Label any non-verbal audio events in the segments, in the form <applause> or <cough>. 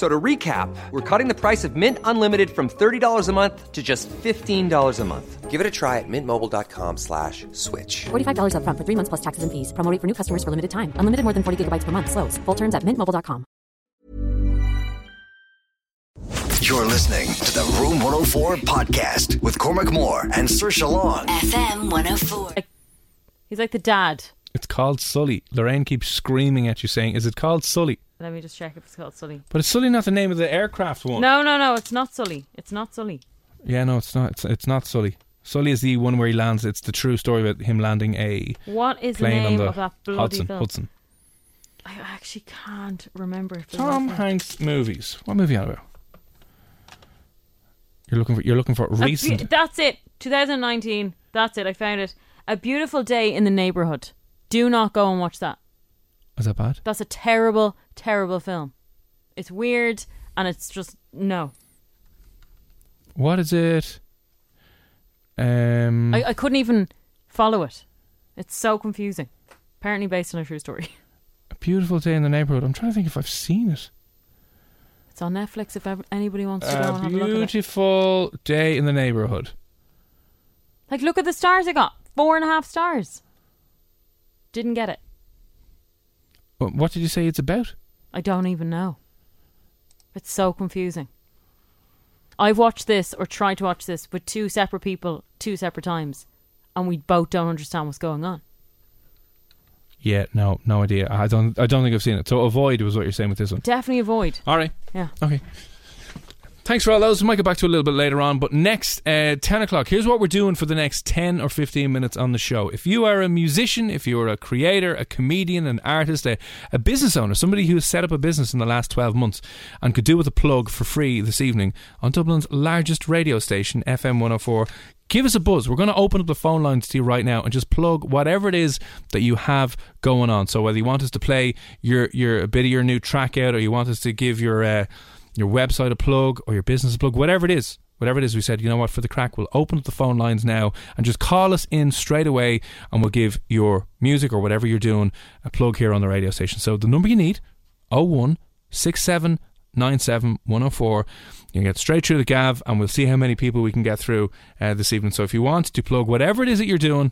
So to recap, we're cutting the price of Mint Unlimited from $30 a month to just $15 a month. Give it a try at mintmobile.com slash switch. $45 up front for three months plus taxes and fees. Promoting for new customers for limited time. Unlimited more than 40 gigabytes per month. Slows. Full terms at mintmobile.com. You're listening to the Room 104 podcast with Cormac Moore and Sir Long. FM 104. He's like the dad. It's called Sully. Lorraine keeps screaming at you saying, Is it called Sully? Let me just check if it's called Sully. But it's Sully not the name of the aircraft one. No, no, no. It's not Sully. It's not Sully. Yeah, no, it's not. It's, it's not Sully. Sully is the one where he lands. It's the true story about him landing a What is the plane name on the of that bloody Hudson. film? Hudson. I actually can't remember. If there's Tom a- Hanks movies. What movie are we? on? You're looking for. You're looking for A bu- recent. that's it. 2019. That's it. I found it. A beautiful day in the neighborhood. Do not go and watch that. is that bad? That's a terrible, terrible film. It's weird and it's just no. What is it? Um, I, I couldn't even follow it. It's so confusing. Apparently based on a true story. <laughs> a beautiful day in the neighborhood. I'm trying to think if I've seen it. It's on Netflix if ever, anybody wants to go and A have a look at it. beautiful day in the neighborhood. Like, look at the stars it got. Four and a half stars. Didn't get it. Wh- What did you say it's about? I don't even know. It's so confusing. I've watched this or tried to watch this with two separate people, two separate times, and we both don't understand what's going on. Yeah, no, no idea. I don't. I don't think I've seen it. So avoid was what you're saying with this one. Definitely avoid. All right. Yeah. Okay. Thanks for all those. We might get back to it a little bit later on. But next, uh, 10 o'clock, here's what we're doing for the next 10 or 15 minutes on the show. If you are a musician, if you're a creator, a comedian, an artist, a, a business owner, somebody who has set up a business in the last 12 months and could do with a plug for free this evening on Dublin's largest radio station, FM 104, give us a buzz. We're going to open up the phone lines to you right now and just plug whatever it is that you have going on. So whether you want us to play your, your a bit of your new track out or you want us to give your... Uh, your website a plug or your business a plug, whatever it is. Whatever it is, we said, you know what, for the crack, we'll open up the phone lines now and just call us in straight away and we'll give your music or whatever you're doing a plug here on the radio station. So the number you need, 01 6797 104. You can get straight through the Gav and we'll see how many people we can get through uh, this evening. So if you want to plug whatever it is that you're doing,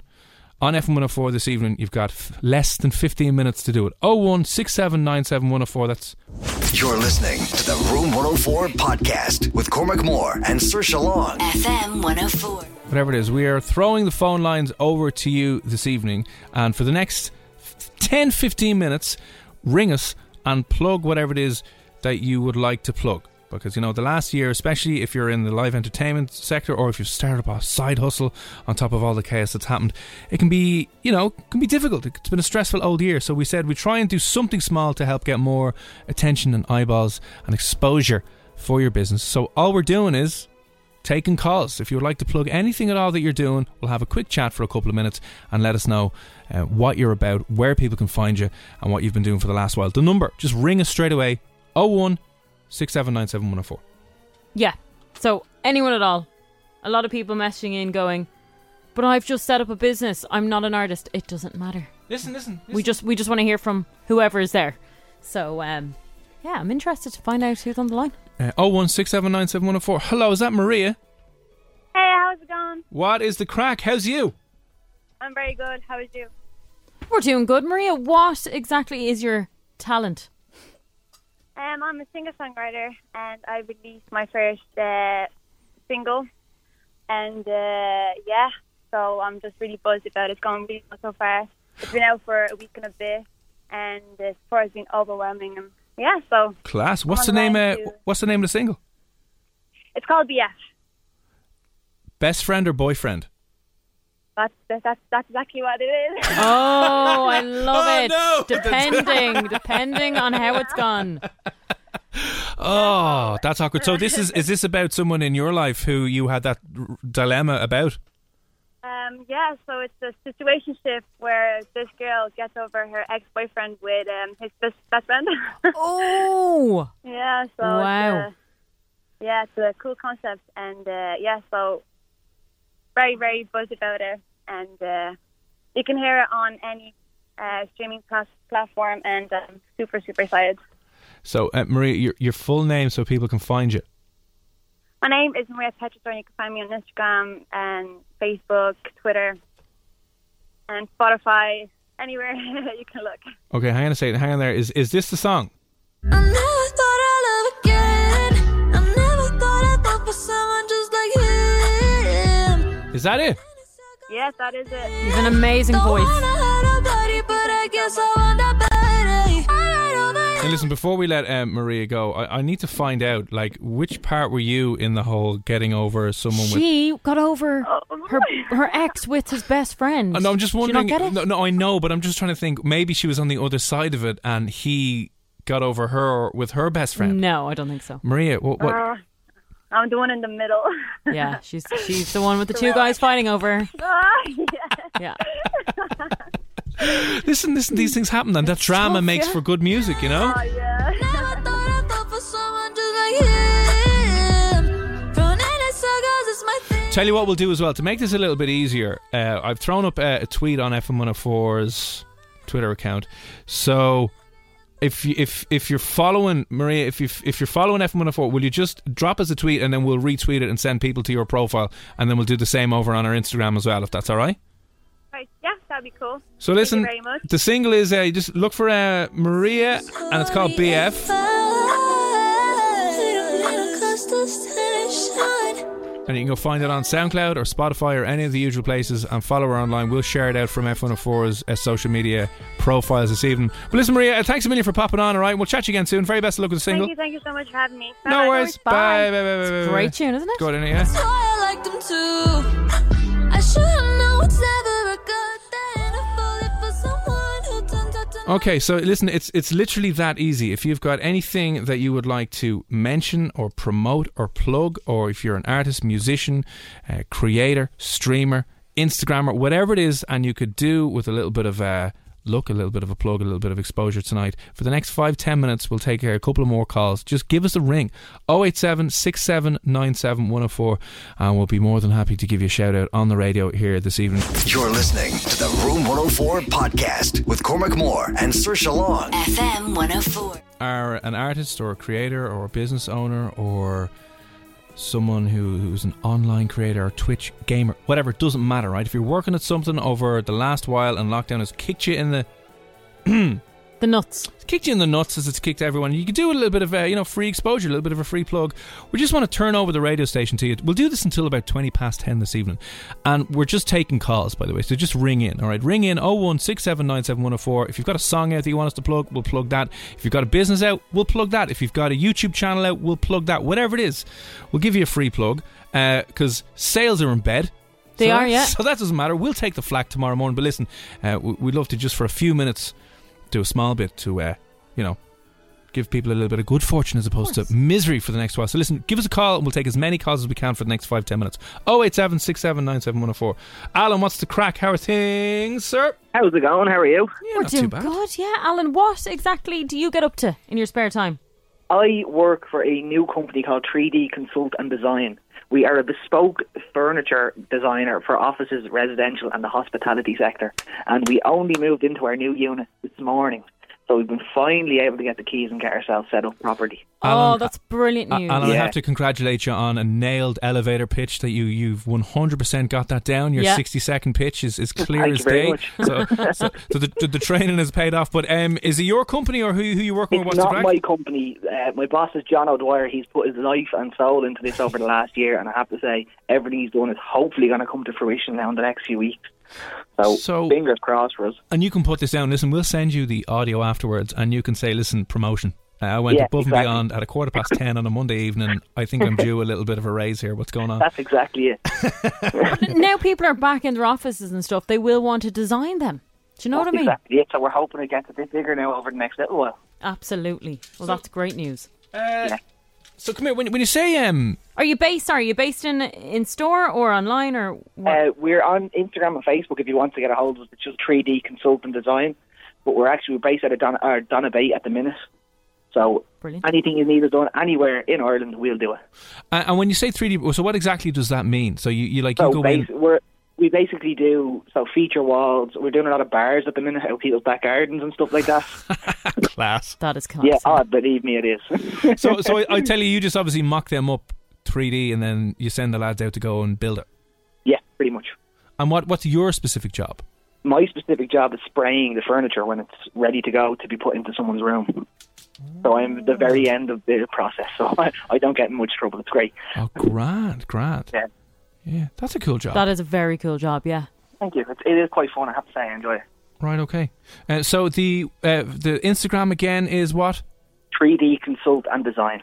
on F104 this evening, you've got f- less than 15 minutes to do it. 01 6797 104. That's You're listening to the Room 104 podcast with Cormac Moore and Sir Long. FM 104. whatever it is, we are throwing the phone lines over to you this evening. And for the next f- 10, 15 minutes, ring us and plug whatever it is that you would like to plug. Because, you know, the last year, especially if you're in the live entertainment sector or if you've started up a side hustle on top of all the chaos that's happened, it can be, you know, can be difficult. It's been a stressful old year. So we said we try and do something small to help get more attention and eyeballs and exposure for your business. So all we're doing is taking calls. If you would like to plug anything at all that you're doing, we'll have a quick chat for a couple of minutes and let us know uh, what you're about, where people can find you, and what you've been doing for the last while. The number, just ring us straight away 01 6797104. Yeah. So, anyone at all, a lot of people messaging in going, but I've just set up a business. I'm not an artist. It doesn't matter. Listen, listen. We just we just want to hear from whoever is there. So, um, yeah, I'm interested to find out who's on the line. Uh, 01 6797104. Hello, is that Maria? Hey, how's it going? What is the crack? How's you? I'm very good. How is you? We're doing good, Maria. What exactly is your talent? Um, I'm a singer songwriter, and I released my first uh, single, and uh, yeah, so I'm just really buzzed about it. It's gone really well so far. It's been out for a week and a bit, and the support has been overwhelming. I'm yeah, so Class. What's the on the name? Uh, line to- what's the name of the single? it's called BF. Best friend or boyfriend? That's that, that's that's exactly what it is. Oh, <laughs> I love Oh, it. <laughs> no. Depending, depending on how it's gone. Oh, that's awkward. So this is is this about someone in your life who you had that r- dilemma about? Um, yeah, so it's a situation shift where this girl gets over her ex boyfriend with um, his best, best friend. <laughs> Oh, yeah, so Wow. It's a, yeah, it's a cool concept, and uh, yeah, so very very buzz about it, and uh, you can hear it on any uh, streaming plas- platform, and um, super super excited. So uh, Maria, your your full name so people can find you. My name is Maria Petrosor, and you can find me on Instagram and Facebook, Twitter, and Spotify, anywhere <laughs> you can look. Okay, hang on a second. Hang on there. Is is this the song? I never thought I'd love again. I never thought I'd fall for someone just like him. Is that it? Yes, that is it. you have an amazing voice. Now listen, before we let um, Maria go, I, I need to find out like which part were you in the whole getting over someone with? She got over her her ex with his best friend. Uh, no, I'm just Do you wondering. not get it? No, no, I know, but I'm just trying to think. Maybe she was on the other side of it, and he got over her with her best friend. No, I don't think so. Maria, what? what Uh, I'm the one in the middle. <laughs> <laughs> Yeah, she's she's the one with the two guys fighting <laughs> over. Ah, yeah. Yeah, listen, listen. These things happen, and that drama tough, makes yeah. for good music, you know. Oh, yeah. Tell you what we'll do as well to make this a little bit easier. Uh, I've thrown up uh, a tweet on FM104's Twitter account, so if you, if if you're following Maria, if you if you're following FM104, will you just drop us a tweet and then we'll retweet it and send people to your profile, and then we'll do the same over on our Instagram as well, if that's all right. <laughs> Right, yeah, that'd be cool. So listen, Thank you very much. the single is uh, you just look for uh, Maria, and it's called BF, and you can go find it on SoundCloud or Spotify or any of the usual places, and follow her online. We'll share it out from F104's uh, social media profiles this evening. But listen, Maria, uh, thanks a million for popping on. All right, we'll chat to you again soon. Very best of luck with the single. Thank you, thank you so much for having me. No Bye-bye. worries. Bye. Bye. Bye. Bye. Bye. it's a bye. great tune, isn't it? Good, isn't Uh, it? Yeah. Okay, so listen, it's it's literally that easy. If you've got anything that you would like to mention or promote or plug, or if you're an artist, musician, uh, creator, streamer, Instagrammer, whatever it is, and you could do with a little bit of a look, a little bit of a plug, a little bit of exposure tonight. For the next five ten minutes, we'll take uh, a couple of more calls. Just give us a ring, 087 6797 104, and we'll be more than happy to give you a shout out on the radio here this evening. You're listening to the Room 104 podcast with Cormac Moore and Sir Long. FM 104. are an artist or a creator or a business owner or someone who, who's an online creator or Twitch gamer, whatever, it doesn't matter, right? If you're working at something over the last while and lockdown has kicked you in the The nuts. it's kicked you in the nuts as it's kicked everyone. You could do a little bit of a, you know, free exposure, a little bit of a free plug. We just want to turn over the radio station to you. We'll do this until about 20 past 10 this evening. And we're just taking calls, by the way. So just ring in, all right? Ring in 016797104. If you've got a song out that you want us to plug, we'll plug that. If you've got a business out, we'll plug that. If you've got a YouTube channel out, we'll plug that. Whatever it is, we'll give you a free plug because sales are in bed. They So are, that- <laughs> yeah. So that doesn't matter. We'll take the flak tomorrow morning. But listen, uh, we- we'd love to just for a few minutes do a small bit to, uh, you know, give people a little bit of good fortune as opposed to misery for the next while. So listen, give us a call and we'll take as many calls as we can for the next five, ten minutes. 087 6797104. Alan, what's the crack? How are things, sir? How's it going? How are you? Yeah, We're not doing too bad. good, yeah. Alan, what exactly do you get up to in your spare time? I work for a new company called 3D Consult and Design. We are a bespoke furniture designer for offices, residential, and the hospitality sector. And we only moved into our new unit this morning. So we've been finally able to get the keys and get ourselves set up properly. Alan, oh, that's brilliant A- news. Alan, I Yeah. have to congratulate you on a nailed elevator pitch that you you've one hundred percent got that down. Your Yeah. sixty second pitch is, is clear Thank as you very day. much. So, so, so the, the, the training has paid off. But um, is it your company or who who you working with? It's What's the not crack? my company. Uh, my boss is John O'Dwyer. He's put his life and soul into this over the last year, and I have to say, everything he's done is hopefully going to come to fruition now in the next few weeks. So, So- fingers crossed for us. and you can put this down. Listen, we'll send you the audio afterwards, and you can say, "Listen, promotion." Uh, I went Yeah, above exactly. and beyond at a quarter <laughs> past ten on a Monday evening. I think I'm due a little bit of a raise here. What's going on? That's exactly it. now people are back in their offices and stuff. They will want to design them. Do you know what I mean? Exactly it. So we're hoping it gets a bit bigger now over the next little while. Absolutely. So- Well, that's great news. Uh, So come here. When, when you say um, Are you based? Sorry, are you based in in store or online or what? Uh, we're on Instagram and Facebook if you want to get a hold of us. It's just 3D Consultant Design. But we're actually based out of Donna, or Donna Bay at the minute. So Brilliant. anything you need is done anywhere in Ireland, we'll do it. uh, and when you say 3D, so what exactly does that mean? So you, you like you So go bas- in. we're, we basically do so feature walls. We're doing a lot of bars at the minute, out people's back gardens and stuff <laughs> like that. <laughs> class. That is class. yeah, odd, believe me, it is. So so I, I tell you, you just obviously mock them up 3D, and then you send the lads out to go and build it. <laughs> yeah, pretty much. And what what's your specific job? My specific job is spraying the furniture when it's ready to go to be put into someone's room. So I'm at the very end of the process, so <laughs> I, I don't get in much trouble. It's great. Oh, grand, grand. Yeah. Yeah, that's a cool job. That is a very cool job. Yeah. Thank you. It's, it is quite fun. I have to say, I enjoy it. Right. Okay. Uh, so the uh, the Instagram again is what 3D consult and design.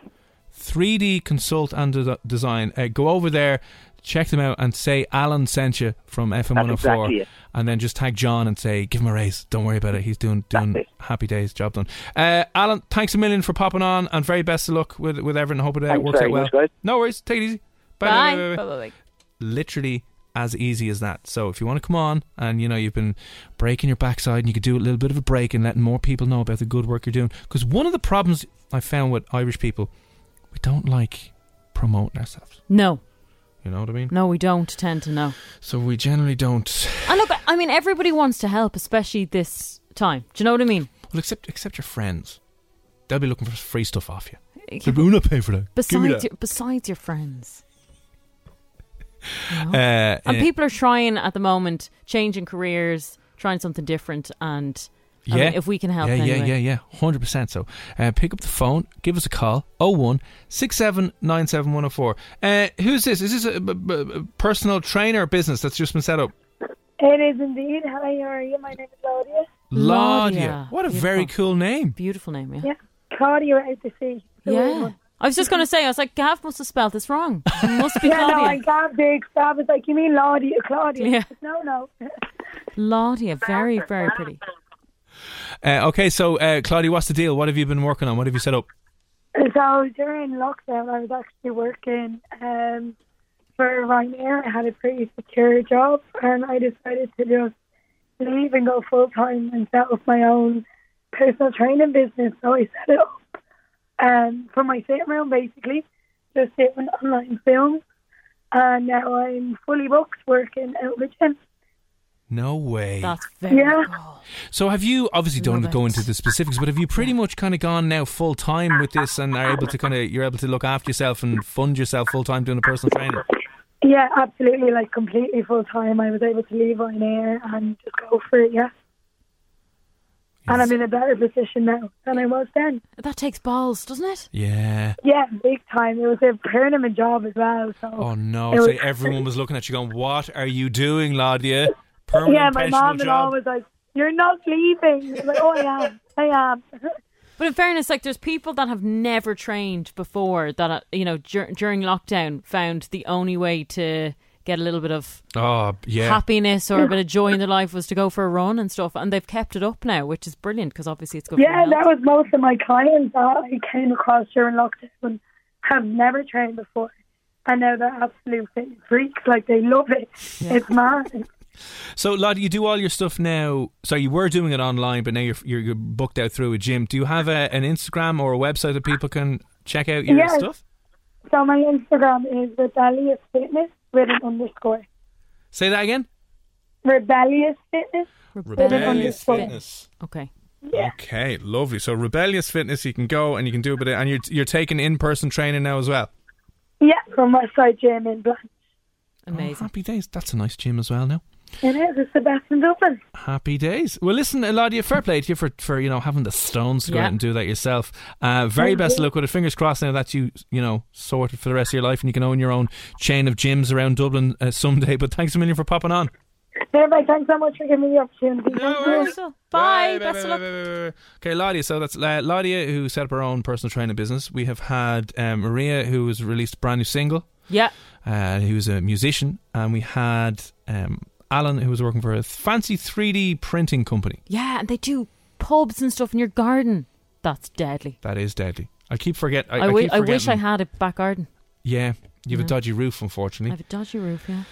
3D Consult and De- Design. Uh, go over there, check them out, and say Alan sent you from FM That's 104, exactly it. and then just tag John and say give him a raise. Don't worry about it. He's doing doing happy days. Job done. Uh, Alan, thanks a million for popping on, and very best of luck with with everything. Hope it uh, Thanks works very out well. much, guys. No worries. Take it easy. Bye. Bye. Bye, bye, bye. literally as easy as that. So if you want to come on and you know you've been breaking your backside and you could do a little bit of a break and letting more people know about the good work you're doing because one of the problems I found with Irish people we don't like promoting ourselves. No, You know what I mean? no, we don't tend to know. So we generally don't And look, I mean, everybody wants to help, especially this time. Do you know what I mean? well except except your friends. They'll be looking for free stuff off you. They'll be, "We're not paying for that. Give me Besides, that." your, besides your friends. uh, And uh, people are trying at the moment, changing careers, trying something different, and I mean, if we can help, Yeah, anyway. yeah, yeah, yeah. Hundred percent. So, uh, pick up the phone, give us a call. 01 6797104. Uh, who's this? Is this a, b- b- b- personal trainer business that's just been set up? It is indeed. Hi, how are you? My name is Claudia. Laudia. What a very Beautiful. cool name. beautiful name, yeah. Yeah, Claudia out to sea. The weird Yeah. one. I was just going to say, I was like, Gav must have spelled this wrong. <laughs> It must be Yeah, no, Claudia. and Gab Big Gab was like, you mean Claudia? Claudia? Yeah. No, no. Laudia, very, very pretty. Uh, okay, so uh, Claudia, what's the deal? What have you been working on? What have you set up? So during lockdown, I was actually working um, for Ryanair. I had a pretty secure job, and I decided to just leave and go full time and set up my own personal training business. So I set it up um, for my sitting room, basically, just doing online films. And now I'm fully booked working out of the gym. No way. That's very Yeah. cool. so, have you obviously don't Love want to go it. into the specifics, but have you pretty much kind of gone now full time with this and are able to kind of you're able to look after yourself and fund yourself full time doing a personal trainer? Yeah, absolutely, like completely full time. I was able to leave Ryanair and just go for it, yeah. And I'm in a better position now than I was then. That takes balls, doesn't it? Yeah. Yeah, big time. It was a permanent job as well. So Oh no! it So was- everyone was looking at you, going, "What are you doing, Ladia? Permanent Yeah, my pensional mom and all job." was like, "You're not leaving." I was like, oh, I am. I am. But in fairness, like, there's people that have never trained before that, uh, you know, dur- during lockdown found the only way to get a little bit of oh yeah, happiness or a bit of joy in their life was to go for a run and stuff. And they've kept it up now, which is brilliant because obviously it's good Yeah, for your that health. was most of my clients that I came across during lockdown have never trained before. I know they're absolute fitness freaks. Like they love it. It's mad. So Ladia, you do all your stuff now. So you were doing it online, but now you're you're, you're booked out through a gym. Do you have a, an Instagram or a website that people can check out your Yes. stuff? So my Instagram is rebellious fitness with an underscore. Say that again. Rebellious fitness. Rebellious Rebellious fitness. Okay. Okay, lovely. So rebellious fitness, you can go and you can do a bit, of, and you're you're taking in person training now as well. Yeah, from Westside Gym in Blanche. Oh, Amazing. happy days. That's a nice gym as well now. It is. It's the best in Dublin. Happy days. Well, listen, Eladia, fair play to you for, for you know having the stones to go Yeah. out and do that yourself. Uh, very best of luck with it. Fingers crossed now that you you know sorted for the rest of your life and you can own your own chain of gyms around Dublin uh, someday. But thanks a million for popping on. Anyway, thanks so much for giving me the opportunity. Thank you. Bye. Bye, bye, Best bye, of luck. Okay, Ladia. So that's uh, Ladia who set up her own personal training business. We have had um, Maria who has released a brand new single. Yeah. Uh, who's a musician. And we had um, Alan who was working for a fancy 3D printing company. Yeah, and they do pubs and stuff in your garden. That's deadly. That is deadly. I keep forget. I, I I wi- keep I wish I forgetting- had a back garden. Yeah, you have Yeah. a dodgy roof, I unfortunately. have a dodgy roof, yeah.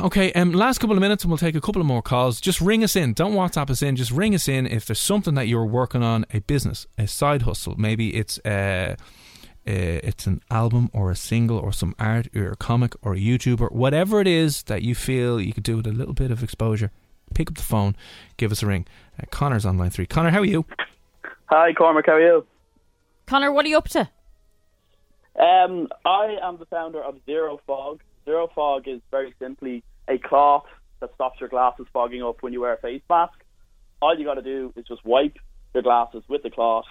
Okay, um, last couple of minutes and we'll take a couple of more calls. Just ring us in. Don't WhatsApp us in. Just ring us in if there's something that you're working on, a business, a side hustle. Maybe it's uh, uh, it's an album or a single or some art or a comic or a YouTuber, whatever it is that you feel you could do with a little bit of exposure. Pick up the phone, give us a ring. Uh, Connor's on line three. Connor, how are you? Hi, Cormac. How are you? Connor, what are you up to? Um, I am the founder of Zero Fog. Zero Fog is very simply a cloth that stops your glasses fogging up when you wear a face mask. All you got to do is just wipe your glasses with the cloth,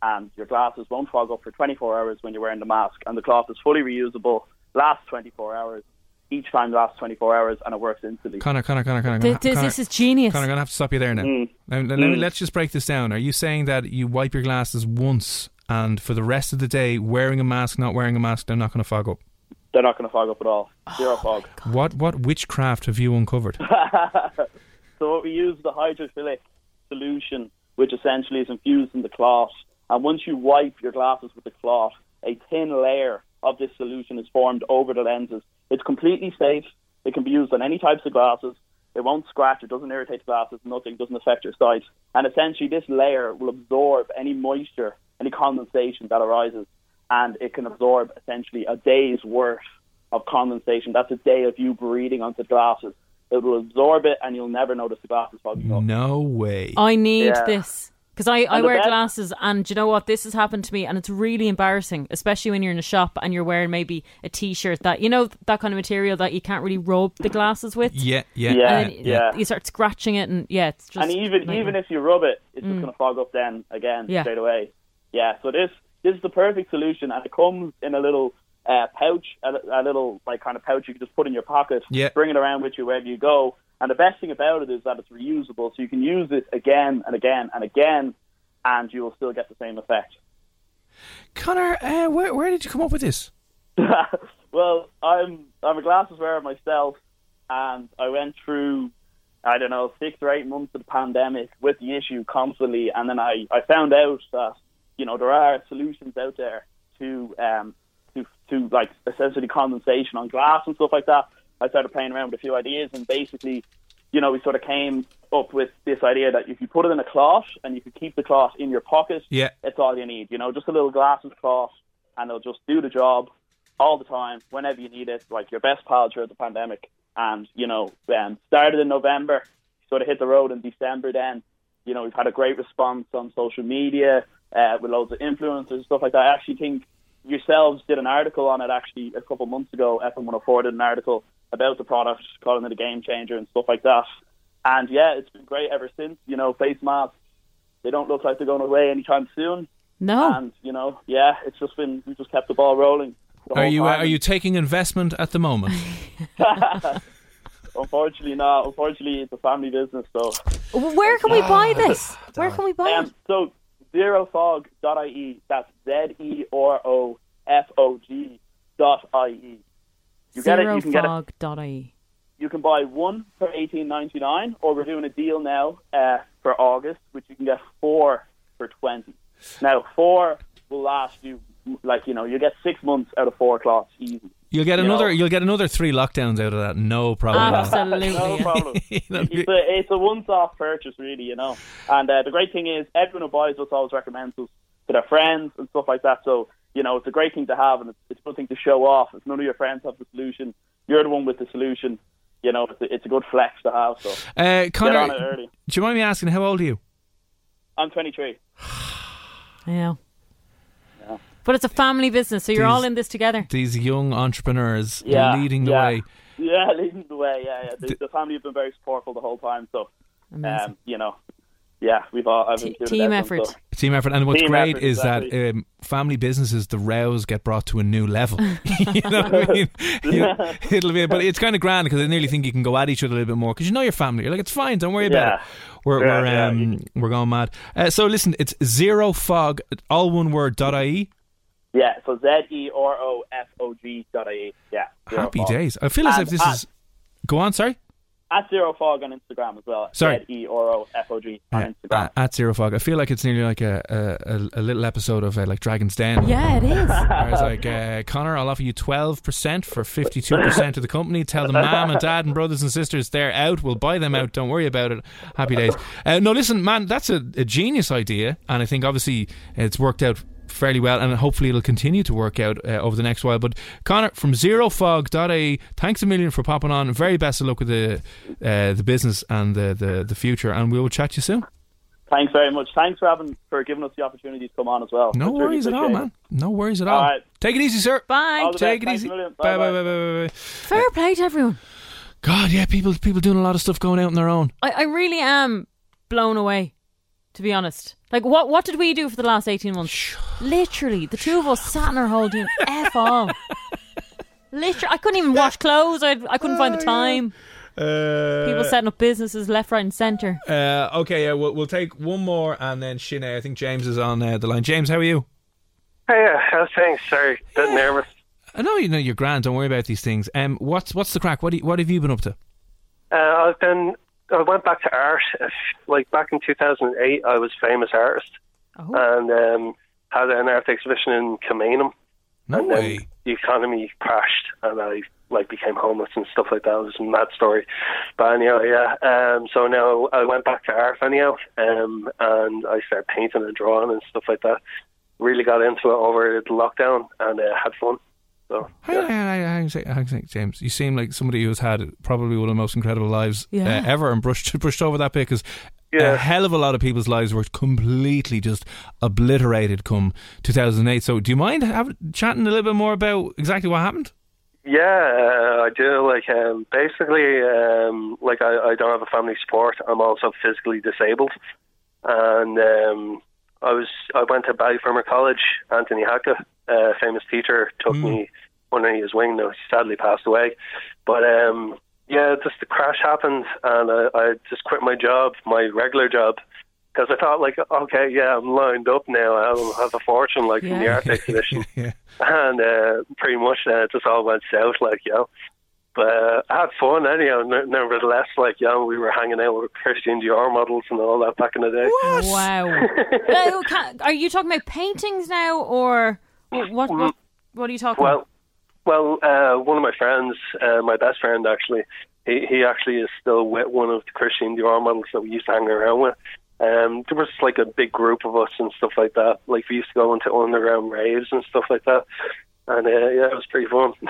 and your glasses won't fog up for 24 hours when you're wearing the mask. And the cloth is fully reusable, lasts 24 hours. Each time lasts 24 hours, and it works instantly. Connor, Connor, Connor, Connor. Th- Connor, this- Connor, this is genius. Connor, I'm going to have to stop you there now. Mm. Now, now, Mm. Let's just break this down. Are you saying that you wipe your glasses once and for the rest of the day, wearing a mask, not wearing a mask, they're not going to fog up? They're not going to fog up at all. <sighs> Zero fog. <laughs> What what witchcraft have you uncovered? so what we use is the hydrophilic solution, which essentially is infused in the cloth. And once you wipe your glasses with the cloth, a thin layer of this solution is formed over the lenses. It's completely safe. It can be used on any types of glasses. It won't scratch. It doesn't irritate the glasses. Nothing doesn't affect your sight. And essentially, this layer will absorb any moisture, any condensation that arises, and it can absorb essentially a day's worth of condensation. That's a day of you breathing onto glasses. It will absorb it, and you'll never notice the glasses fogging up. no way. I need Yeah. this. Because I, I And the wear best- glasses, and do you know what? This has happened to me, and it's really embarrassing, especially when you're in a shop and you're wearing maybe a t shirt that, you know, that kind of material that you can't really rub the glasses with. Yeah, yeah, Yeah, And then yeah. You start scratching it, and yeah, it's just. and even nightmare. even if you rub it, it's Mm. just going to fog up then again Yeah. straight away. Yeah. So this this is the perfect solution, and it comes in a little uh, pouch, a, li- a little like kind of pouch you can just put in your pocket. Yeah. Bring it around with you wherever you go. And the best thing about it is that it's reusable, so you can use it again and again and again, and you will still get the same effect. <laughs> Connor, uh, where, where did you come up with this? well, I'm I'm a glasses wearer myself, and I went through I don't know six or eight months of the pandemic with the issue constantly, and then I I found out that you know there are solutions out there to um to to like essentially condensation on glass and stuff like that. I started playing around with a few ideas, and basically, you know, we sort of came up with this idea that if you put it in a cloth and you could keep the cloth in your pocket, Yeah. it's all you need. You know, just a little glasses cloth, and it'll just do the job all the time, whenever you need it. Like your best pal during the pandemic, and you know, um, started in November, sort of hit the road in December. Then, you know, we've had a great response on social media uh, with loads of influencers and stuff like that. I actually think yourselves did an article on it actually a couple months ago. FM 104 did an article about the product, calling it a game changer and stuff like that. And yeah, it's been great ever since. You know, face masks, they don't look like they're going away anytime soon. No. And you know, yeah, it's just been we just kept the ball rolling. the Are whole you uh, time. are you taking investment at the moment? Unfortunately, not. uh, Unfortunately, it's a family business, so. Where can we buy this? Where can we buy it? Um, so zerofog.ie. That's Z E R O F O G dot I E. You get it. You can get it. Zerofog.ie. You can buy one for eighteen ninety nine, or we're doing a deal now uh, for August, which you can get four for twenty. Now four will last you like you know you get six months out of four cloths easy. You'll get You another. know. You'll get another three lockdowns out of that. No problem. Ah. Absolutely. no <laughs> problem. it's a, it's a once-off purchase, really, you know. And uh, the great thing is, everyone who buys us always recommends us to their friends and stuff like that. So, you know, it's a great thing to have, and it's, it's a good thing to show off. If none of your friends have the solution, <laughs> you're the one with the solution. You know, it's a, it's a good flex to have. So, Uh, Connor, on it early. do you mind me asking how old are you? I'm 23. Yeah. But it's a family business, so you're These- all in this together. These young entrepreneurs Yeah, leading the yeah. way. Yeah, leading the way. Yeah, yeah. The, the family have been very supportful the whole time. So, Amazing. um, you know, yeah, we've all I've included team everyone, so- effort. Team effort, and what's Team great effort, is that exactly. um, family businesses, the rows get brought to a new level. <laughs> you know what I <laughs> mean? You- it'll be, but it's kind of grand because I nearly think you can go at each other a little bit more because you know your family. You're like, it's fine, don't worry about it. We're Yeah, we're, yeah, um, we're going mad. Uh, so listen, it's zero fog, all one word. Dot E. ie. Yeah, so Z E R O F O G dot IE. Yeah. Zero Happy Fog. days. I feel as And if this at, is. Go on, sorry. at Zero Fog on Instagram as well. Sorry. Z E R O F O G on Yeah, Instagram. at, at zero fog. I feel like it's nearly like a a, a, a little episode of uh, like Dragon's Den. Yeah, it is. I was <laughs> like, uh, Connor, I'll offer you 12% for 52% of the company. Tell <laughs> the mom and dad and brothers and sisters they're out. We'll buy them out. Don't worry about it. Happy days. Uh, no, listen, man, that's a, a genius idea. And I think obviously it's worked out fairly well. And hopefully it'll continue to work out uh, over the next while. But Connor, from zerofog.ie, thanks a million for popping on. Very best of luck with the uh, the business and the, the, the future. And we will chat to you soon. Thanks very much. Thanks for having for giving us the opportunity to come on as well. No It's really worries at all, appreciated. man. No worries at all. All right. Take it easy, sir. Bye. All the Take it best. Thanks easy. a million. Bye, bye, bye, Bye-bye. bye, bye. <laughs> Fair play to everyone. God, yeah, people people doing a lot of stuff going out on their own. I, I really am blown away, to be honest. Like, what what did we do for the last 18 months? <sighs> Literally, the two of us sat in our hole doing F <laughs> all. Literally, I couldn't even wash clothes. I, I couldn't find the time. Uh, People setting up businesses left, right, and centre. Uh, okay, yeah, we'll, we'll take one more and then Shine. I think James is on uh, the line. James, how are you? Hey, how's things? Sorry, bit nervous. I know you know you're grand. Don't worry about these things. Um, what's what's the crack? What do you, what have you been up to? Uh, I've been. I went back to art. Like back in 2008, I was famous artist, Oh. and um, had an art exhibition in Kilmainham. No and way. Then the economy crashed, and I like became homeless and stuff like that. It was a mad story. But anyhow, yeah. Um, so now I went back to art anyhow, um, and I started painting and drawing and stuff like that. Really got into it over the lockdown and uh, had fun. So Hang on, hang on, hang on, hang on, hang on, James, you seem like somebody who's had probably one of the most incredible lives Yeah. uh, ever, and brushed <laughs> brushed over that bit because Yeah. a hell of a lot of people's lives were completely just obliterated come 2008. So, do you mind have, chatting a little bit more about exactly what happened? Yeah, uh, I do. Like, um, basically, um, like I, I don't have a family support. I'm also physically disabled, and um, I was I went to Ballyfermer College. Anthony Hacka, a famous teacher, took me under his wing. Now he sadly passed away, but um, yeah, just the crash happened, and I, I just quit my job, my regular job. Because I thought, like, okay, yeah, I'm lined up now. I'll have a fortune, like in the <laughs> Yeah. art exhibition and uh, pretty much uh, it just all went south, like you know. But uh, I had fun anyhow. N- nevertheless, like you know, we were hanging out with Christian Dior models and all that back in the day. Wow. <laughs> Uh, can- are you talking about paintings now, or what? What, what, what are you talking Mm. Well, about? well, uh, one of my friends, uh, my best friend actually, he, he actually is still with one of the Christian Dior models that we used to hang around with. Um, there was like a big group of us and stuff like that. Like we used to go into underground raves and stuff like that. And uh, yeah, it was pretty fun. <laughs>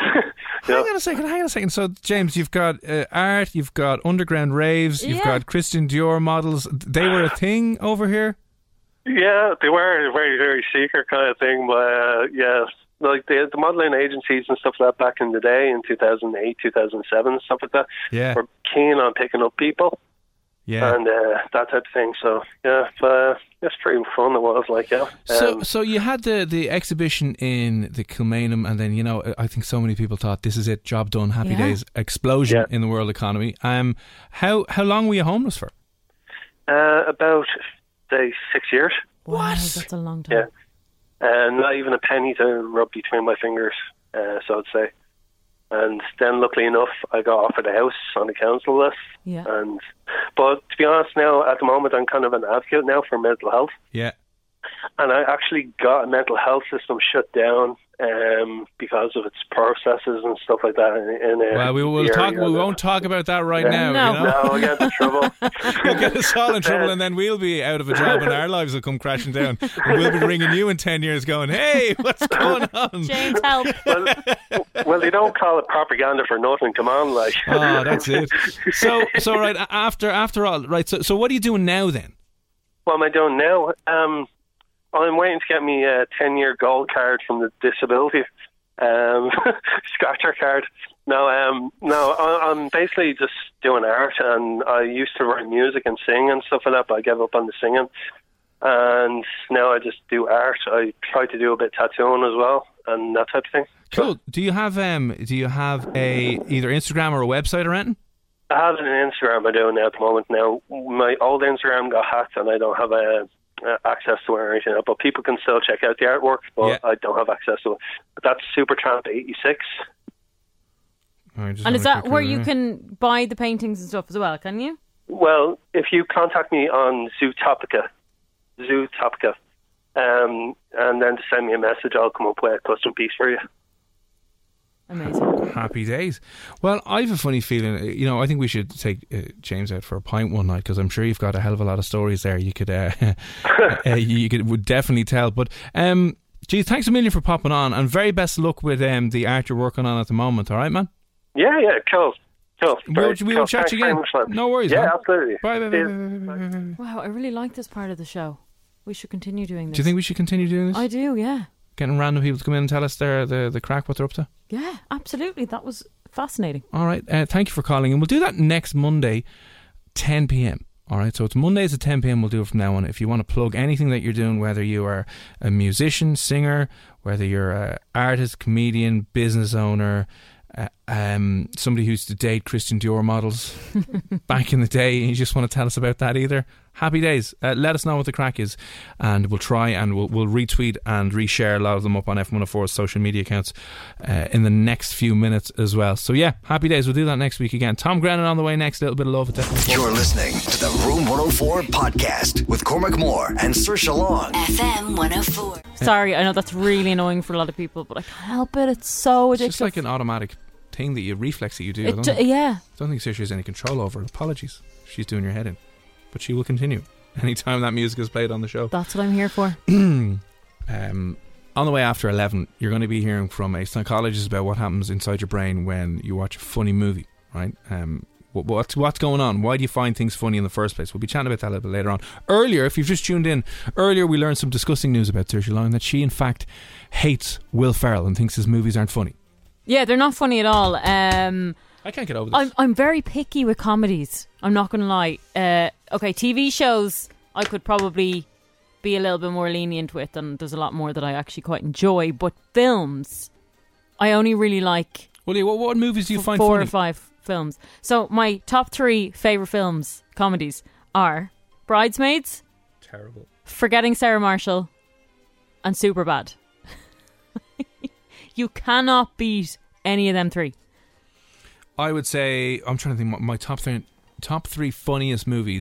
Hang on a second, hang on a second. So, James, you've got uh, art, you've got underground raves, you've Yeah. got Christian Dior models. They were a thing over here. Yeah, they were a very, very secret kind of thing. But uh, yeah, like the, the modeling agencies and stuff like that back in the day in 2008, 2007, and stuff like that, Yeah. were keen on picking up people Yeah. and uh, that type of thing. So yeah, but uh, it's pretty fun. It was like, yeah. Um, So, so you had the, the exhibition in the Kilmainham, and then you know uh, I think so many people thought this is it, job done, happy Yeah. days, explosion in the world economy. Um, how how long were you homeless for? Uh, about say six years. What? that's a long time. Yeah, and not even a penny to rub between my fingers. Uh, so I'd say. And then, luckily enough, I got offered a house on the council list. Yeah. And but to be honest, now at the moment, I'm kind of an advocate now for mental health, Yeah. and I actually got a mental health system shut down um, because of its processes and stuff like that. In, in, uh, Well, we will the talk. area We that- won't talk about that right Yeah. now. You know? no, I got in <laughs> trouble. uh, You'll get us all in trouble, and then we'll be out of a job, and our lives will come crashing down. And we'll be ringing you in ten years, going, "Hey, <laughs> what's going on?" James, <laughs> help. well, they don't call it propaganda for nothing. Come on, like. Oh, <laughs> that's it. So, so right a- after after all, right. So, so what are you doing now then? What am I doing now? Um, I'm waiting to get me a ten-year gold card from the disability um, <laughs> scratcher card. No, um, no, I, I'm basically just doing art, and I used to write music and sing and stuff like that, but I gave up on the singing, and now I just do art. I try to do a bit of tattooing as well, and that type of thing. Cool. Do you have um? Do you have a either Instagram or a website or anything? I have an Instagram I do now at the moment. Now my old Instagram got hacked, and I don't have a, uh access to it or anything. But people can still check out the artwork, but I don't have access to it. But that's Supertramp eighty six. and is that where you can buy the paintings and stuff as well? Can you? Well, if you contact me on Zootopica, Zootopica, um, and then send me a message, I'll come up with a custom piece for you. Amazing. Happy days. Well, I've a funny feeling. uh, You know, I think we should take uh, James out for a pint one night because I'm sure you've got a hell of a lot of stories there. You could, uh, <laughs> uh, you could would definitely tell. But um, geez, thanks a million for popping on, and very best luck with um the art you're working on at the moment. All right, man. Yeah, yeah, cool. Cool. We'll, Very we'll cool. chat Thanks you very again. much, lad. No worries. Yeah, man. absolutely. Bye, bye, bye, See bye, you. bye, bye, bye, bye. Wow, I really like this part of the show. We should continue doing this. Do you think we should continue doing this? I do, yeah. Getting random people to come in and tell us their the the crack what they're up to. Yeah, absolutely. That was fascinating. All right. Uh, thank you for calling, and we'll do that next Monday, 10 p.m. All right. So it's Mondays at 10 p.m. We'll do it from now on. If you want to plug anything that you're doing, whether you are a musician, singer, whether you're an artist, comedian, business owner, uh, um, somebody who's to date Christian Dior models back in the day, and you just want to tell us about that either. Happy days. Uh, let us know what the crack is, and we'll try and we'll, we'll retweet and reshare a lot of them up on F104's social media accounts uh, in the next few minutes as well. So, yeah, happy days. We'll do that next week again. Tom Grennan on the way next. A little bit of love at F104. You're listening to the Room 104 podcast with Cormac Moore and Sir Long. FM 104. Sorry, I know that's really annoying for a lot of people, but I can't help it. It's so It's addictive. just like an automatic thing that you reflex that you do. I It don't ju- think- yeah. don't think Sisha has any control over. it. Apologies. She's doing your head in. But she will continue <laughs> anytime that music is played on the show. that's what I'm here for. um, on the way after 11, you're going to be hearing from a psychologist about what happens inside your brain when you watch a funny movie, right? Um, what, what's, what's going on? Why do you find things funny in the first place? We'll be chatting about that a little bit later on. Earlier, if you've just tuned in, earlier we learned some disgusting news about Saoirse Long that she, in fact, hates Will Ferrell and thinks his movies aren't funny. Yeah, they're not funny at all. Um, I can't get over this. I'm, I'm very picky with comedies. I'm not going to lie. Uh, okay, TV shows I could probably be a little bit more lenient with, and there's a lot more that I actually quite enjoy. But films, I only really like. Well, yeah, what, what movies do you find four funny? or five films? So my top three favorite films, comedies, are Bridesmaids, Terrible. Forgetting Sarah Marshall, and Superbad. <laughs> you cannot beat any of them three. I would say, I'm trying to think, my, my top, three, top three funniest movies.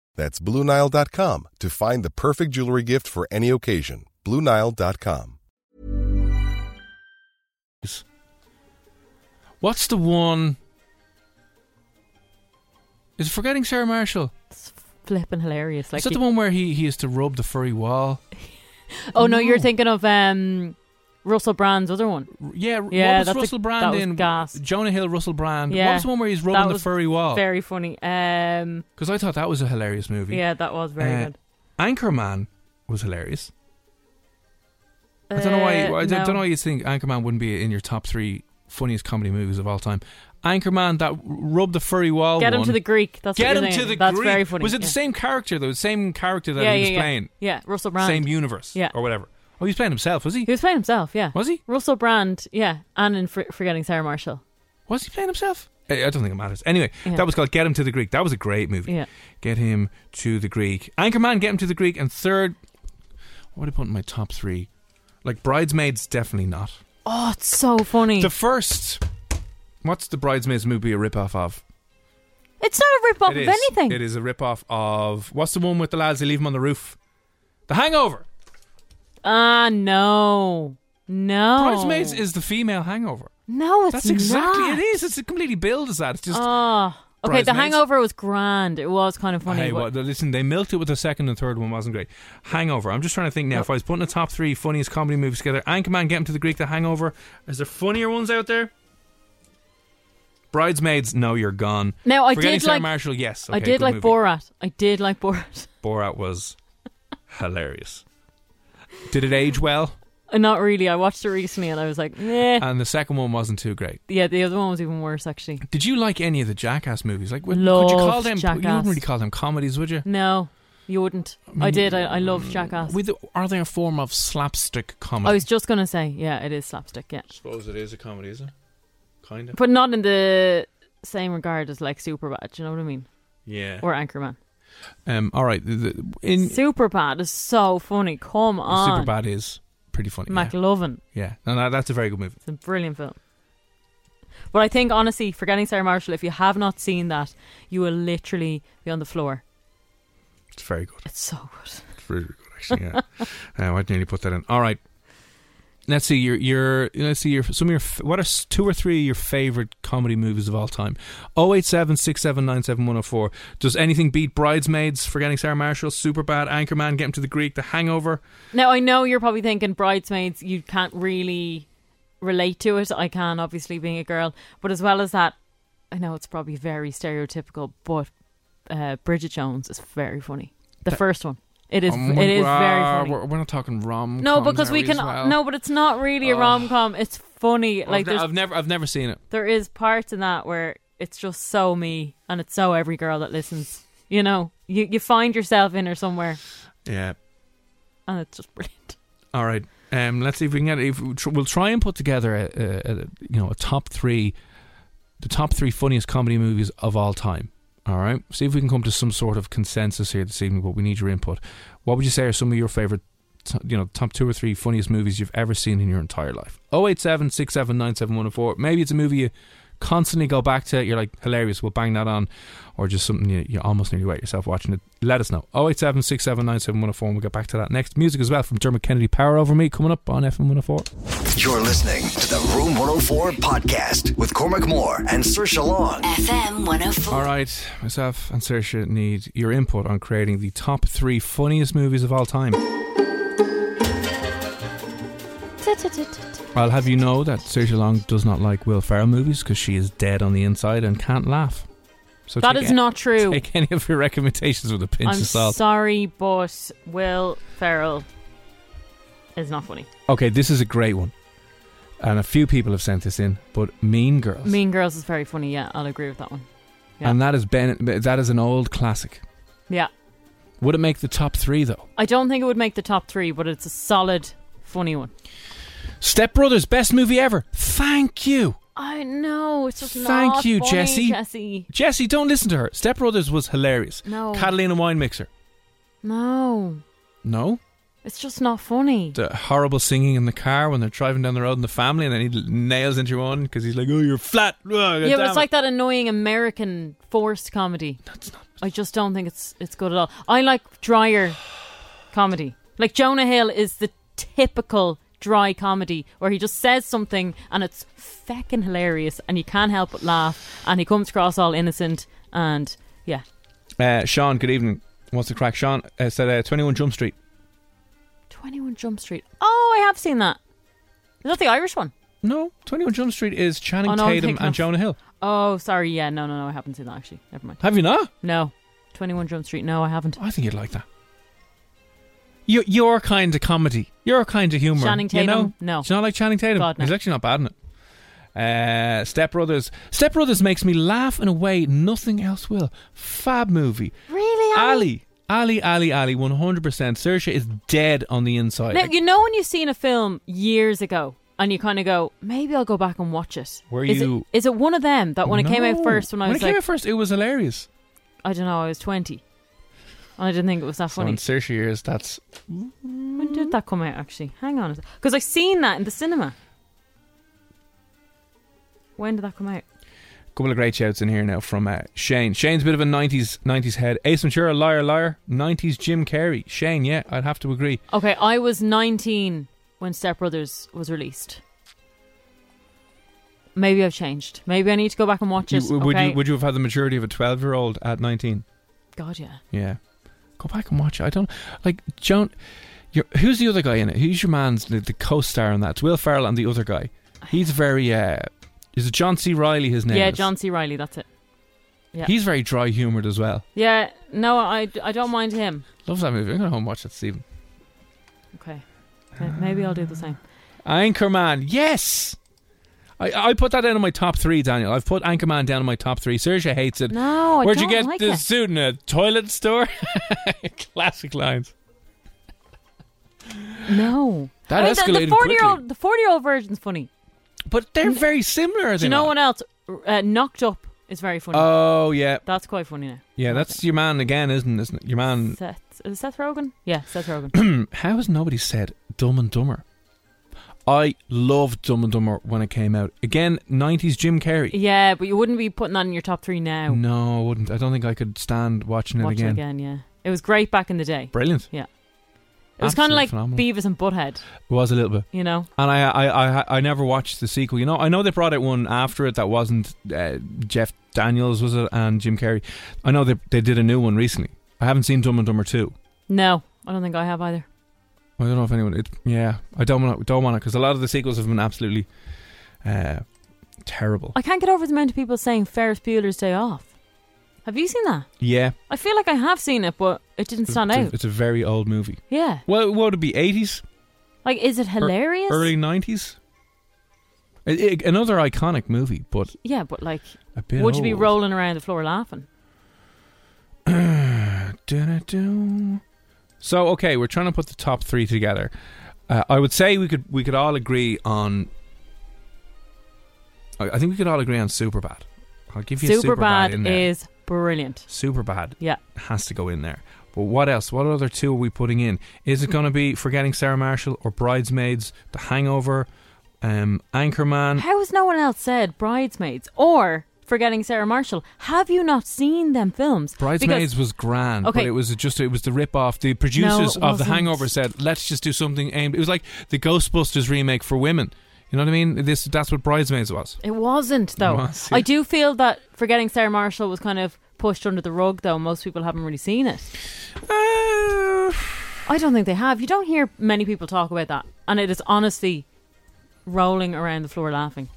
That's BlueNile.com to find the perfect jewelry gift for any occasion. BlueNile.com. What's the one? Is it Forgetting Sarah Marshall? Flipping hilarious. Like is that you- <laughs> the one where he, he is to rub the furry wall? Oh no, you're thinking of um Russell Brand's other one. Yeah, what yeah, was that's a- Russell Brand that was in? gas. Jonah Hill, Russell Brand. Yeah, What was the one where he's That rubbing the was furry wall? Very funny. Um, Because I thought that was a hilarious movie. Yeah, that was very Uh, good. Anchorman was hilarious. I don't know why. Uh, I don't, no. don't know why you think Anchorman wouldn't be in your top three funniest comedy movies of all time. Anchorman, that rub the furry wall. Get him one. to the Greek. That's Get what him you're to saying. the That's Greek. very funny. Was it the yeah. same character though? The same character that yeah, he was yeah, yeah. playing. Yeah, Russell Brand. Same universe. Yeah. Or whatever. Oh, he was playing himself, was he? He was playing himself. Yeah. Was he? Russell Brand. Yeah, and in Fr- Forgetting Sarah Marshall. Was he playing himself? I I don't think it matters. Anyway, Yeah. that was called Get Him to the Greek. That was a great movie. Yeah. Get Him to the Greek. Anchorman, Get Him to the Greek. And third, what do I put in my top three? Like Bridesmaids, definitely not. Oh, it's so funny. The first, what's the Bridesmaids movie a rip-off of? it's not a rip off It of is. anything. It is a rip-off of, what's the one with the lads, they leave them on the roof? The Hangover. Ah, no, no. Bridesmaids is the female hangover. No, it's That's exactly not. it is. It's completely billed as that. It's just Oh, okay. The Bridesmaids. Hangover was grand. It was kind of funny. Hey, but- well, listen, they milked it with the second and third one wasn't great. Hangover. I'm just trying to think now. If I was putting the top three funniest comedy movies together, Anchorman, Get Him to the Greek, The Hangover. Is there funnier ones out there? Bridesmaids, no, you're gone. Now Oh, I Forgetting did Sarah like Marshall. Yes, I okay, did good like movie. Borat. I did like Borat. <laughs> Borat was hilarious. Did it age <laughs> well? Uh, Not really. I watched it recently and I was like, eh. And the second one wasn't too great. yeah, the other one was even worse actually. Did you like any of the Jackass movies? Like, would, could you Loved call them? You Jackass. wouldn't really call them comedies, would you? No, you wouldn't. I, mean, did. I, I loved Jackass. With, are they a form of slapstick comedy? I was just gonna say, yeah, it is slapstick. Yeah, suppose it is a comedy, is it? Kind but not in the same regard as like Superbad. Do you know what I mean? Yeah. Or Anchorman. Um. All right. The, the, in Superbad is so funny. Come on, Superbad is pretty funny. McLovin. Yeah. No, no, that's a very good movie. It's a brilliant film. But I think honestly, forgetting Sarah Marshall, if you have not seen that, you will literally be on the floor. It's very good. It's so good. It's really good, actually. <laughs> Yeah. um, I nearly put that in. All right. Let's see your your let's see your some of your f- what are s- two or three of your favorite comedy movies of all time? 087 Does anything beat Bridesmaids, Forgetting Sarah Marshall, Superbad, Anchorman, Get Him to the Greek, The Hangover? Now I know you're probably thinking bridesmaids. You can't really relate to it. I can, obviously, being a girl. But as well as that, I know it's probably very stereotypical. But uh, Bridget Jones is very funny. The That- first one. It is. Um, it is very we're- funny. We're, we're not talking rom. No, because we can. No, but it's not really a Ugh. rom com. It's funny. I've, Like ne- there's I've never, I've never seen it. there is parts in that where it's just so me and it's so every girl that listens. You know, you you find yourself in her somewhere, Yeah. and it's <laughs> just brilliant. All right. Um, let's see if we can get. If we tr- we'll try and put together a, a, a you know a top three, the top three funniest comedy movies of all time. All right. See if we can come to some sort of consensus here this evening. But we need your input. What would you say are some of your favorite, t- you know, top two or three funniest movies you've ever seen in your entire life? Oh eight seven six seven nine seven one zero four. Maybe it's a movie you constantly go back to. You're like hilarious. We'll bang that on, or just something you, you almost nearly wet yourself watching it. Let us know. Oh eight seven six seven nine seven one zero four. We'll get back to that next. Music as well from Dermot Kennedy. Power over me coming up on FM one zero four. You're listening to the Room 104 podcast with Cormac Moore and Sir Long. FM 104. All right, myself and Saoirse need your input on creating the top three funniest movies of all time. I'll have you know that Saoirse Long does not like Will Ferrell movies because she is dead on the inside and can't laugh. So That take is a- <laughs> not true. Take any of your recommendations with a pinch I'm of salt. sorry, but Will Ferrell is not funny. okay, this is a great one, and a few people have sent this in. But Mean Girls, Mean Girls is very funny. Yeah, I'll agree with that one. Yeah, and that is ben, that is an old classic. yeah. Would it make the top three though? I don't think it would make the top three, but it's a solid, funny one. Step Brothers, best movie ever. Thank you. I know it's just Thank not you, funny, Jesse. Jesse. Jesse, don't listen to her. Step Brothers was hilarious. No. Catalina Wine Mixer. No, No. it's just not funny. The horrible singing in the car when they're driving down the road in the family and then he l- nails into one because he's like, oh, you're flat. Oh, yeah, but damn it's it." like that annoying American forced comedy. That's not. I just don't think it's it's good at all. I like drier comedy. Like Jonah Hill is the typical dry comedy where he just says something and it's feckin' hilarious and you can't help but laugh and he comes across all innocent and yeah. Uh, Sean, good evening. What's the crack? Sean uh, said uh, 21 Jump Street. Twenty One Jump Street. Oh, I have seen that. Is that the Irish one? No, 21 Jump Street is Channing Oh, no, I'm Tatum thinking and of- Jonah Hill. Oh, sorry. Yeah, no, no, no. I haven't seen that actually. Never mind. Have you not? No. 21 Jump Street. No, I haven't. I think you'd like that. Your, your kind of comedy, your kind of humor. Channing You know? Tatum? No. It's not like Channing Tatum. God, no. He's actually not bad in it. Uh, Step Brothers. Step Brothers makes me laugh in a way nothing else will. Fab movie. Really? Ali. Ali, Ali, Ali, 100%. Saoirse is dead on the inside. Now, Like, you know when you've seen a film years ago and you kind of go, maybe I'll go back and watch it. Were is you- It, is it one of them that when it came out no. first, when I When was it came like, out first, it was hilarious. I don't know, I was 20. And I didn't think it was that So in funny. Saoirse years, that's... When did that come out, actually? Hang on. Because I seen that in the cinema. When did that come out? couple of great shouts in here now from uh, Shane. Shane's a bit of a 90s 90s head. Ace Ventura, Liar Liar, 90s Jim Carrey. Shane, yeah, I'd have to agree. Okay, I was 19 when Step Brothers was released. Maybe I've changed. Maybe I need to go back and watch it. You- would, okay. you, would you have had the maturity of a 12 year old at 19? God, yeah. Yeah. Go back and watch it. I don't... Like, Joan... You're, who's the other guy in it? Who's your man's the, the co-star on that? It's Will Ferrell and the other guy. He's very... Uh, is it John C. Riley his name Yeah, is? John C. Riley, that's it. Yeah. He's very dry humoured as well. Yeah, no, I, I don't mind him. Love that movie. I'm going to home and watch it, Stephen. Okay. Okay, Maybe I'll do the same. Anchorman, yes. I, I put that down in my top three, Daniel. I've put Anchorman down in my top three. Sergio hates it. No, I Where'd you don't get like this it. suit in a toilet store? <laughs> Classic lines. No. That I mean, the- escalated the quickly. forty-year-old, the forty-year-old version's funny. But they're very similar. Are Do they you know not? what else? R- Uh, Knocked Up is very funny. Oh yeah, that's quite funny now. yeah. That's your man again, isn't it? Isn't it? Your man. Seth, is it Seth Rogen? Yeah, Seth <coughs> Rogen. <clears throat> How has nobody said Dumb and Dumber? I loved Dumb and Dumber when it came out. Again, nineties Jim Carrey. yeah, but you wouldn't be putting that in your top three now. No, I wouldn't. I don't think I could stand watching it Watch it again. again, yeah. It was great back in the day. Brilliant. Yeah. It was Absolutely kind of like phenomenal. Beavis and Butthead, It was a little bit. you know? And I, I, I, I never watched the sequel. You know, I know they brought out one after it that wasn't uh, Jeff Daniels, was it, and Jim Carrey. I know they they did a new one recently. I haven't seen Dumb and Dumber two. No, I don't think I have either. I don't know if anyone. It, yeah, I don't want don't want it because a lot of the sequels have been absolutely uh, terrible. I can't get over the amount of people saying Ferris Bueller's Day Off. Have you seen that? Yeah, I feel like I have seen it, but it didn't stand it's a- out. it's a very old movie. Yeah. Well, what would it be? Eighties, Like, is it hilarious? early nineties. Another iconic movie, but yeah, but like, a bit. would you be old. rolling around the floor laughing? Do-do-do. So okay, we're trying to put the top three together. Uh, I would say we could we could all agree on. I I think we could all agree on Superbad. I'll give you Superbad, Superbad in there. is brilliant. Superbad Yeah. has to go in there. But what else? What other two are we putting in? Is it going to be Forgetting Sarah Marshall or Bridesmaids, The Hangover, um, Anchorman? How has no one else said Bridesmaids or Forgetting Sarah Marshall? Have you not seen them films? Bridesmaids Because- was grand, but Okay. it was just it was the rip off. The producers it of The wasn't. Hangover said, "Let's just do something aimed." It was like the Ghostbusters remake for women. You know what I mean? This that's what Bridesmaids was. It wasn't though. was, I yeah. do feel that Forgetting Sarah Marshall was kind of pushed under the rug though. Most people haven't really seen it. Ah. I don't think they have. You don't hear many people talk about that, and it is honestly rolling around the floor laughing.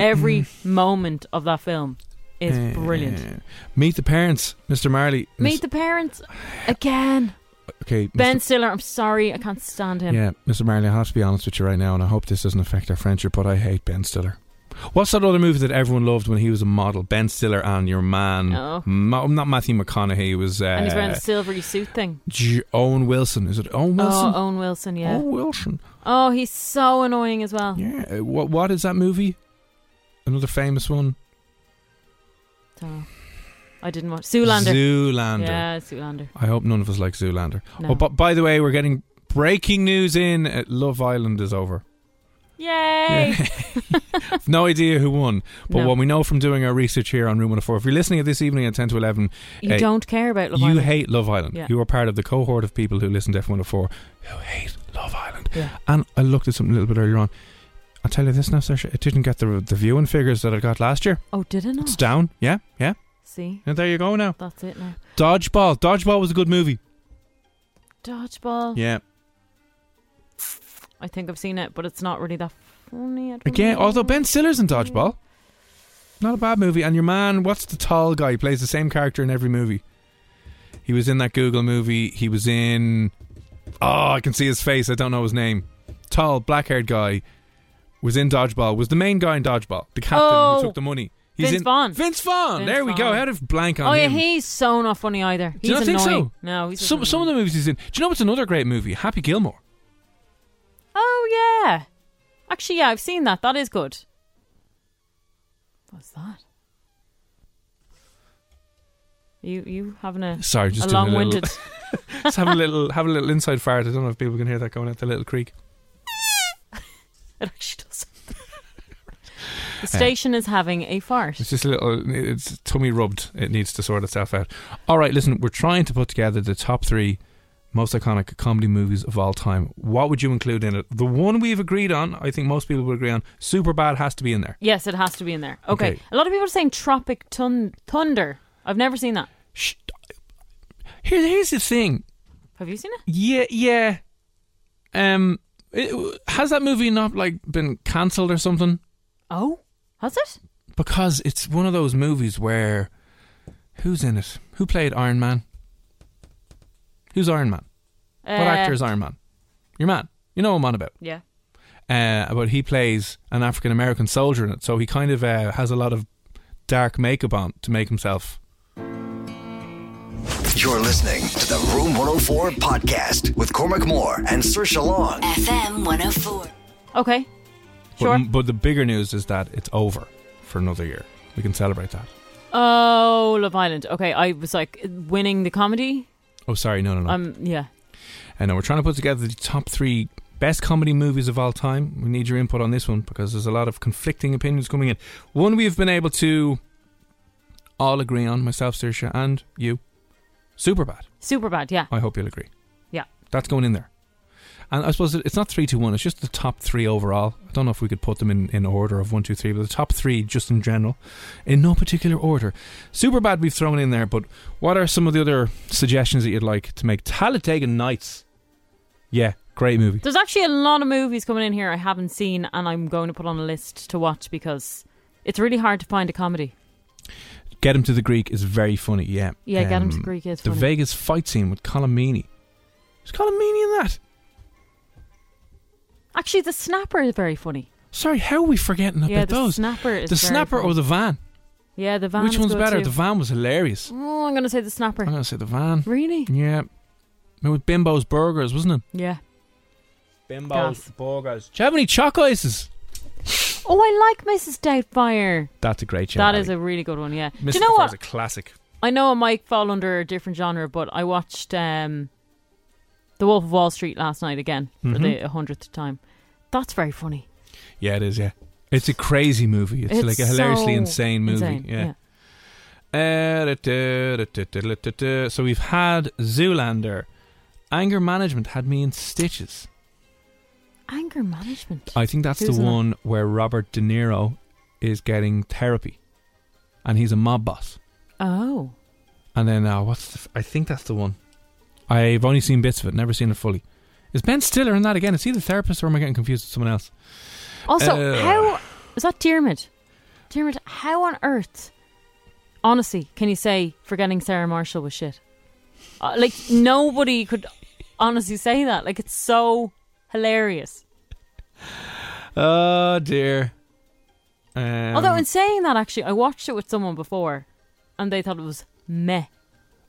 Every moment of that film is Uh, brilliant. Meet the parents, Mr. Marley. Meet the parents again. okay, Ben Mr. Stiller, I'm sorry, I can't stand him. Yeah, Mr. Marley. I have to be honest with you right now, and I hope this doesn't affect our friendship. But I hate Ben Stiller. What's that other movie that everyone loved when he was a model? Ben Stiller and your man, Oh. Ma- not Matthew McConaughey. It was uh, and he's wearing the silvery suit thing. G- Owen Wilson. Is it Owen Wilson? Oh, Owen Wilson, yeah. Owen Wilson. Oh, he's so annoying as well. Yeah. What What is that movie? Another famous one. So, I didn't watch Zoolander. Zoolander. Yeah, Zoolander. I hope none of us like Zoolander. No. Oh, but by the way, we're getting breaking news in. Uh, Love Island is <laughs> over. Yay! <laughs> I've no idea who won, but No. what we know from doing our research here on Room 104, if you're listening this evening at 10 to 11, You uh, don't care about Love you Island. hate Love Island. Yeah. You are part of the cohort of people who listen to F104 who hate Love Island. And I looked at something a little bit earlier on. I'll tell you this now, Saoirse, it didn't get the, the viewing figures that it got last year. Oh, did it not? It's down. Yeah, yeah. See? And there you go now. That's it now. Dodgeball. Dodgeball was a good movie. Dodgeball. Yeah. Oh. I think I've seen it, but it's not really that funny. I don't Again, know. although Ben Stiller's in Dodgeball. Not a bad movie. And your man, what's the tall guy? He plays the same character in every movie. He was in that Google movie. He was in. Oh, I can see his face. I don't know his name. Tall, black haired guy was in Dodgeball, was the main guy in Dodgeball, the captain Oh. who took the money. Vince in. Vaughn. Vince Vaughn. there we go. How did blank on Oh yeah, him? he's so not funny either. He's Do you not annoying. think so? No, he's some, some of the movies he's in. Do you know what's another great movie? Happy Gilmore. Oh yeah. Actually, yeah, I've seen that. That is good. What's that? You you having a Sorry, just a doing a little- long-winded. <laughs> Let's have a little have a little inside fart. I don't know if people can hear that going out the little creek. it actually <laughs> does. Uh, the station is having a fart. It's just a little. It's tummy rubbed. It needs to sort itself out. All right, listen. We're trying to put together the top three most iconic comedy movies of all time. What would you include in it? The one we've agreed on. I think most people would agree on. Superbad has to be in there. Yes, it has to be in there. Okay. Okay. A lot of people are saying Tropic Thun- Thunder. I've never seen that. Here, here's the thing. Have you seen it? Yeah, yeah. Um, it, has that movie not like been cancelled or something? Oh, has it? Because it's one of those movies where who's in it? Who played Iron Man? Who's Iron Man? Uh, what actor is Iron Man? Your man. You know what I'm on about. Yeah. Uh, but he plays an African American soldier in it, so he kind of uh, has a lot of dark makeup on to make himself. You're listening to the Room 104 podcast with Cormac Moore and Sir Long. FM 104. Okay. But, Sure. but the bigger news is that it's over for another year. We can celebrate that. Oh, Love Island. Okay, I was like winning the comedy. Oh, sorry, no, no, no. Um, yeah. I know uh, we're trying to put together the top three best comedy movies of all time. We need your input on this one because there's a lot of conflicting opinions coming in. One we've been able to all agree on, myself, Saoirse, and you. Superbad. Super bad. Yeah. I hope you'll agree. Yeah. That's going in there. And I suppose it- it's not three, two, one. It's just the top three overall. I don't know if we could put them in, in order of one, two, three, but the top three just in general, in no particular order. Superbad we've thrown in there, but what are some of the other suggestions that you'd like to make? Talladega Nights. Yeah, great movie. There's actually a lot of movies coming in here I haven't seen, and I'm going to put on a list to watch because it's really hard to find a comedy. Get him to the Greek is very funny. Yeah. Um, Yeah, Get 'Em to the Greek is the funny. Vegas fight scene with Colomini. Is Colomini in that? Actually, the Snapper is very funny. Sorry, how are we forgetting Yeah, about the those? Snapper is the very snapper funny. or the van? Yeah, the van. Which is one's good better? too. The van was hilarious. Oh, I'm gonna say the Snapper. I'm gonna Mm. say the van. Really? Yeah. It was Bimbo's Burgers, wasn't it? Yeah. Bimbo's Burgers. Do you have any chalk ices? Oh, I like Mrs. Doubtfire. That's a great show. That is a really good one. Yeah. Mr. Do you know what? a classic. I know it might fall under a different genre, but I watched um, The Wolf of Wall Street last night again for the Mhm. hundredth time. That's very funny. Yeah, it is. Yeah, it's a crazy movie. It's, It's like a hilariously so insane movie. insane, Yeah. Uh, da- da- da- da- da- da- da. So we've had Zoolander. Anger management had me in stitches. Anger management. I think that's Who's the in it? one where Robert De Niro is getting therapy, and he's a mob boss. Oh, And then uh, what's the f- I think that's the one. I've only seen bits of it, never seen it fully. Is Ben Stiller in that again? Is he the therapist, or am I getting confused with someone else? also, Uh, how is that Dermot? Dermot, how on earth, honestly, can you say forgetting Sarah Marshall was shit? Uh, like nobody could honestly say that. Like it's so hilarious. Oh dear. Um, Although in saying that, actually, I watched it with someone before, and they thought it was meh.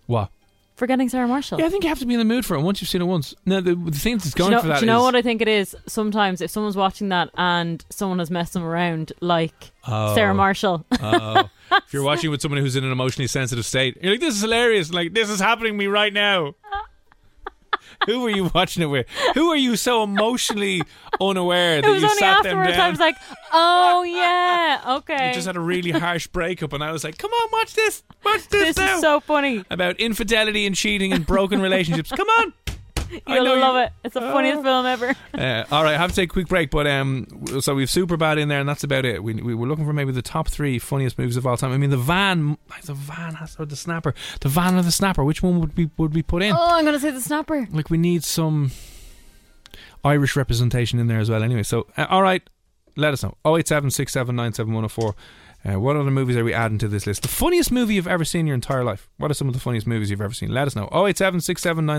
what? Forgetting Sarah Marshall. Yeah, I think you have to be in the mood for it once you've seen it once. No, the, the thing that's Oh. Do you going know, for that do you know is- what I think it is? Sometimes if someone's watching that and someone has messed them around, like Oh. Sarah Marshall. <laughs> Oh. if you're watching with someone who's in an emotionally sensitive state, you're like, "This is hilarious!" Like, "This is happening to me right <laughs> now." Who are you watching it with? Who are you so <laughs> emotionally unaware it that was you only sat them afterwards down? I was like, <laughs> oh yeah, okay. You just had a really harsh breakup, and I was like, "Come on, watch this, watch this, This is now." so funny. About infidelity and cheating and broken relationships. Come <laughs> on. I You'll know you- love it. It's the funniest film ever. Uh, all right, I have to take a quick break, but um, w- so we've Superbad in there, and that's about it. We, we were looking for maybe the top three funniest movies of all time. I mean, the van, the van has or the snapper, the van or the snapper. Which one would be would be put in? Oh, I'm gonna say the snapper. Like we need some Irish representation in there as well. Anyway, so uh, all right, Let us know. 087 uh, What other movies are we adding to this list? The funniest movie you've ever seen in your entire life. What are some of the funniest movies you've ever seen? Let us know. 087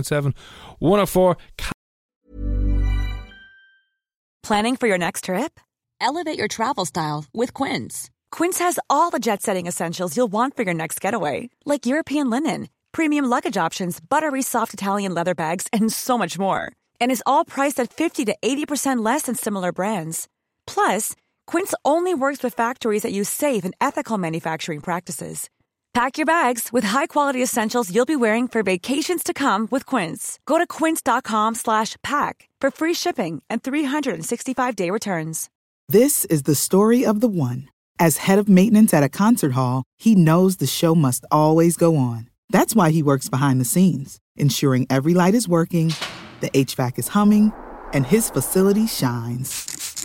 Planning for your next trip? Elevate your travel style with Quince. Quince has all the jet setting essentials you'll want for your next getaway, like European linen, premium luggage options, buttery soft Italian leather bags, and so much more. And is all priced at 50 to 80% less than similar brands. Plus, Quince only works with factories that use safe and ethical manufacturing practices. Pack your bags with high-quality essentials you'll be wearing for vacations to come with Quince. Go to quince.com slash pack for free shipping and 365-day returns. This is the story of the one. As head of maintenance at a concert hall, he knows the show must always go on. That's why he works behind the scenes, ensuring every light is working, the HVAC is humming, and his facility shines.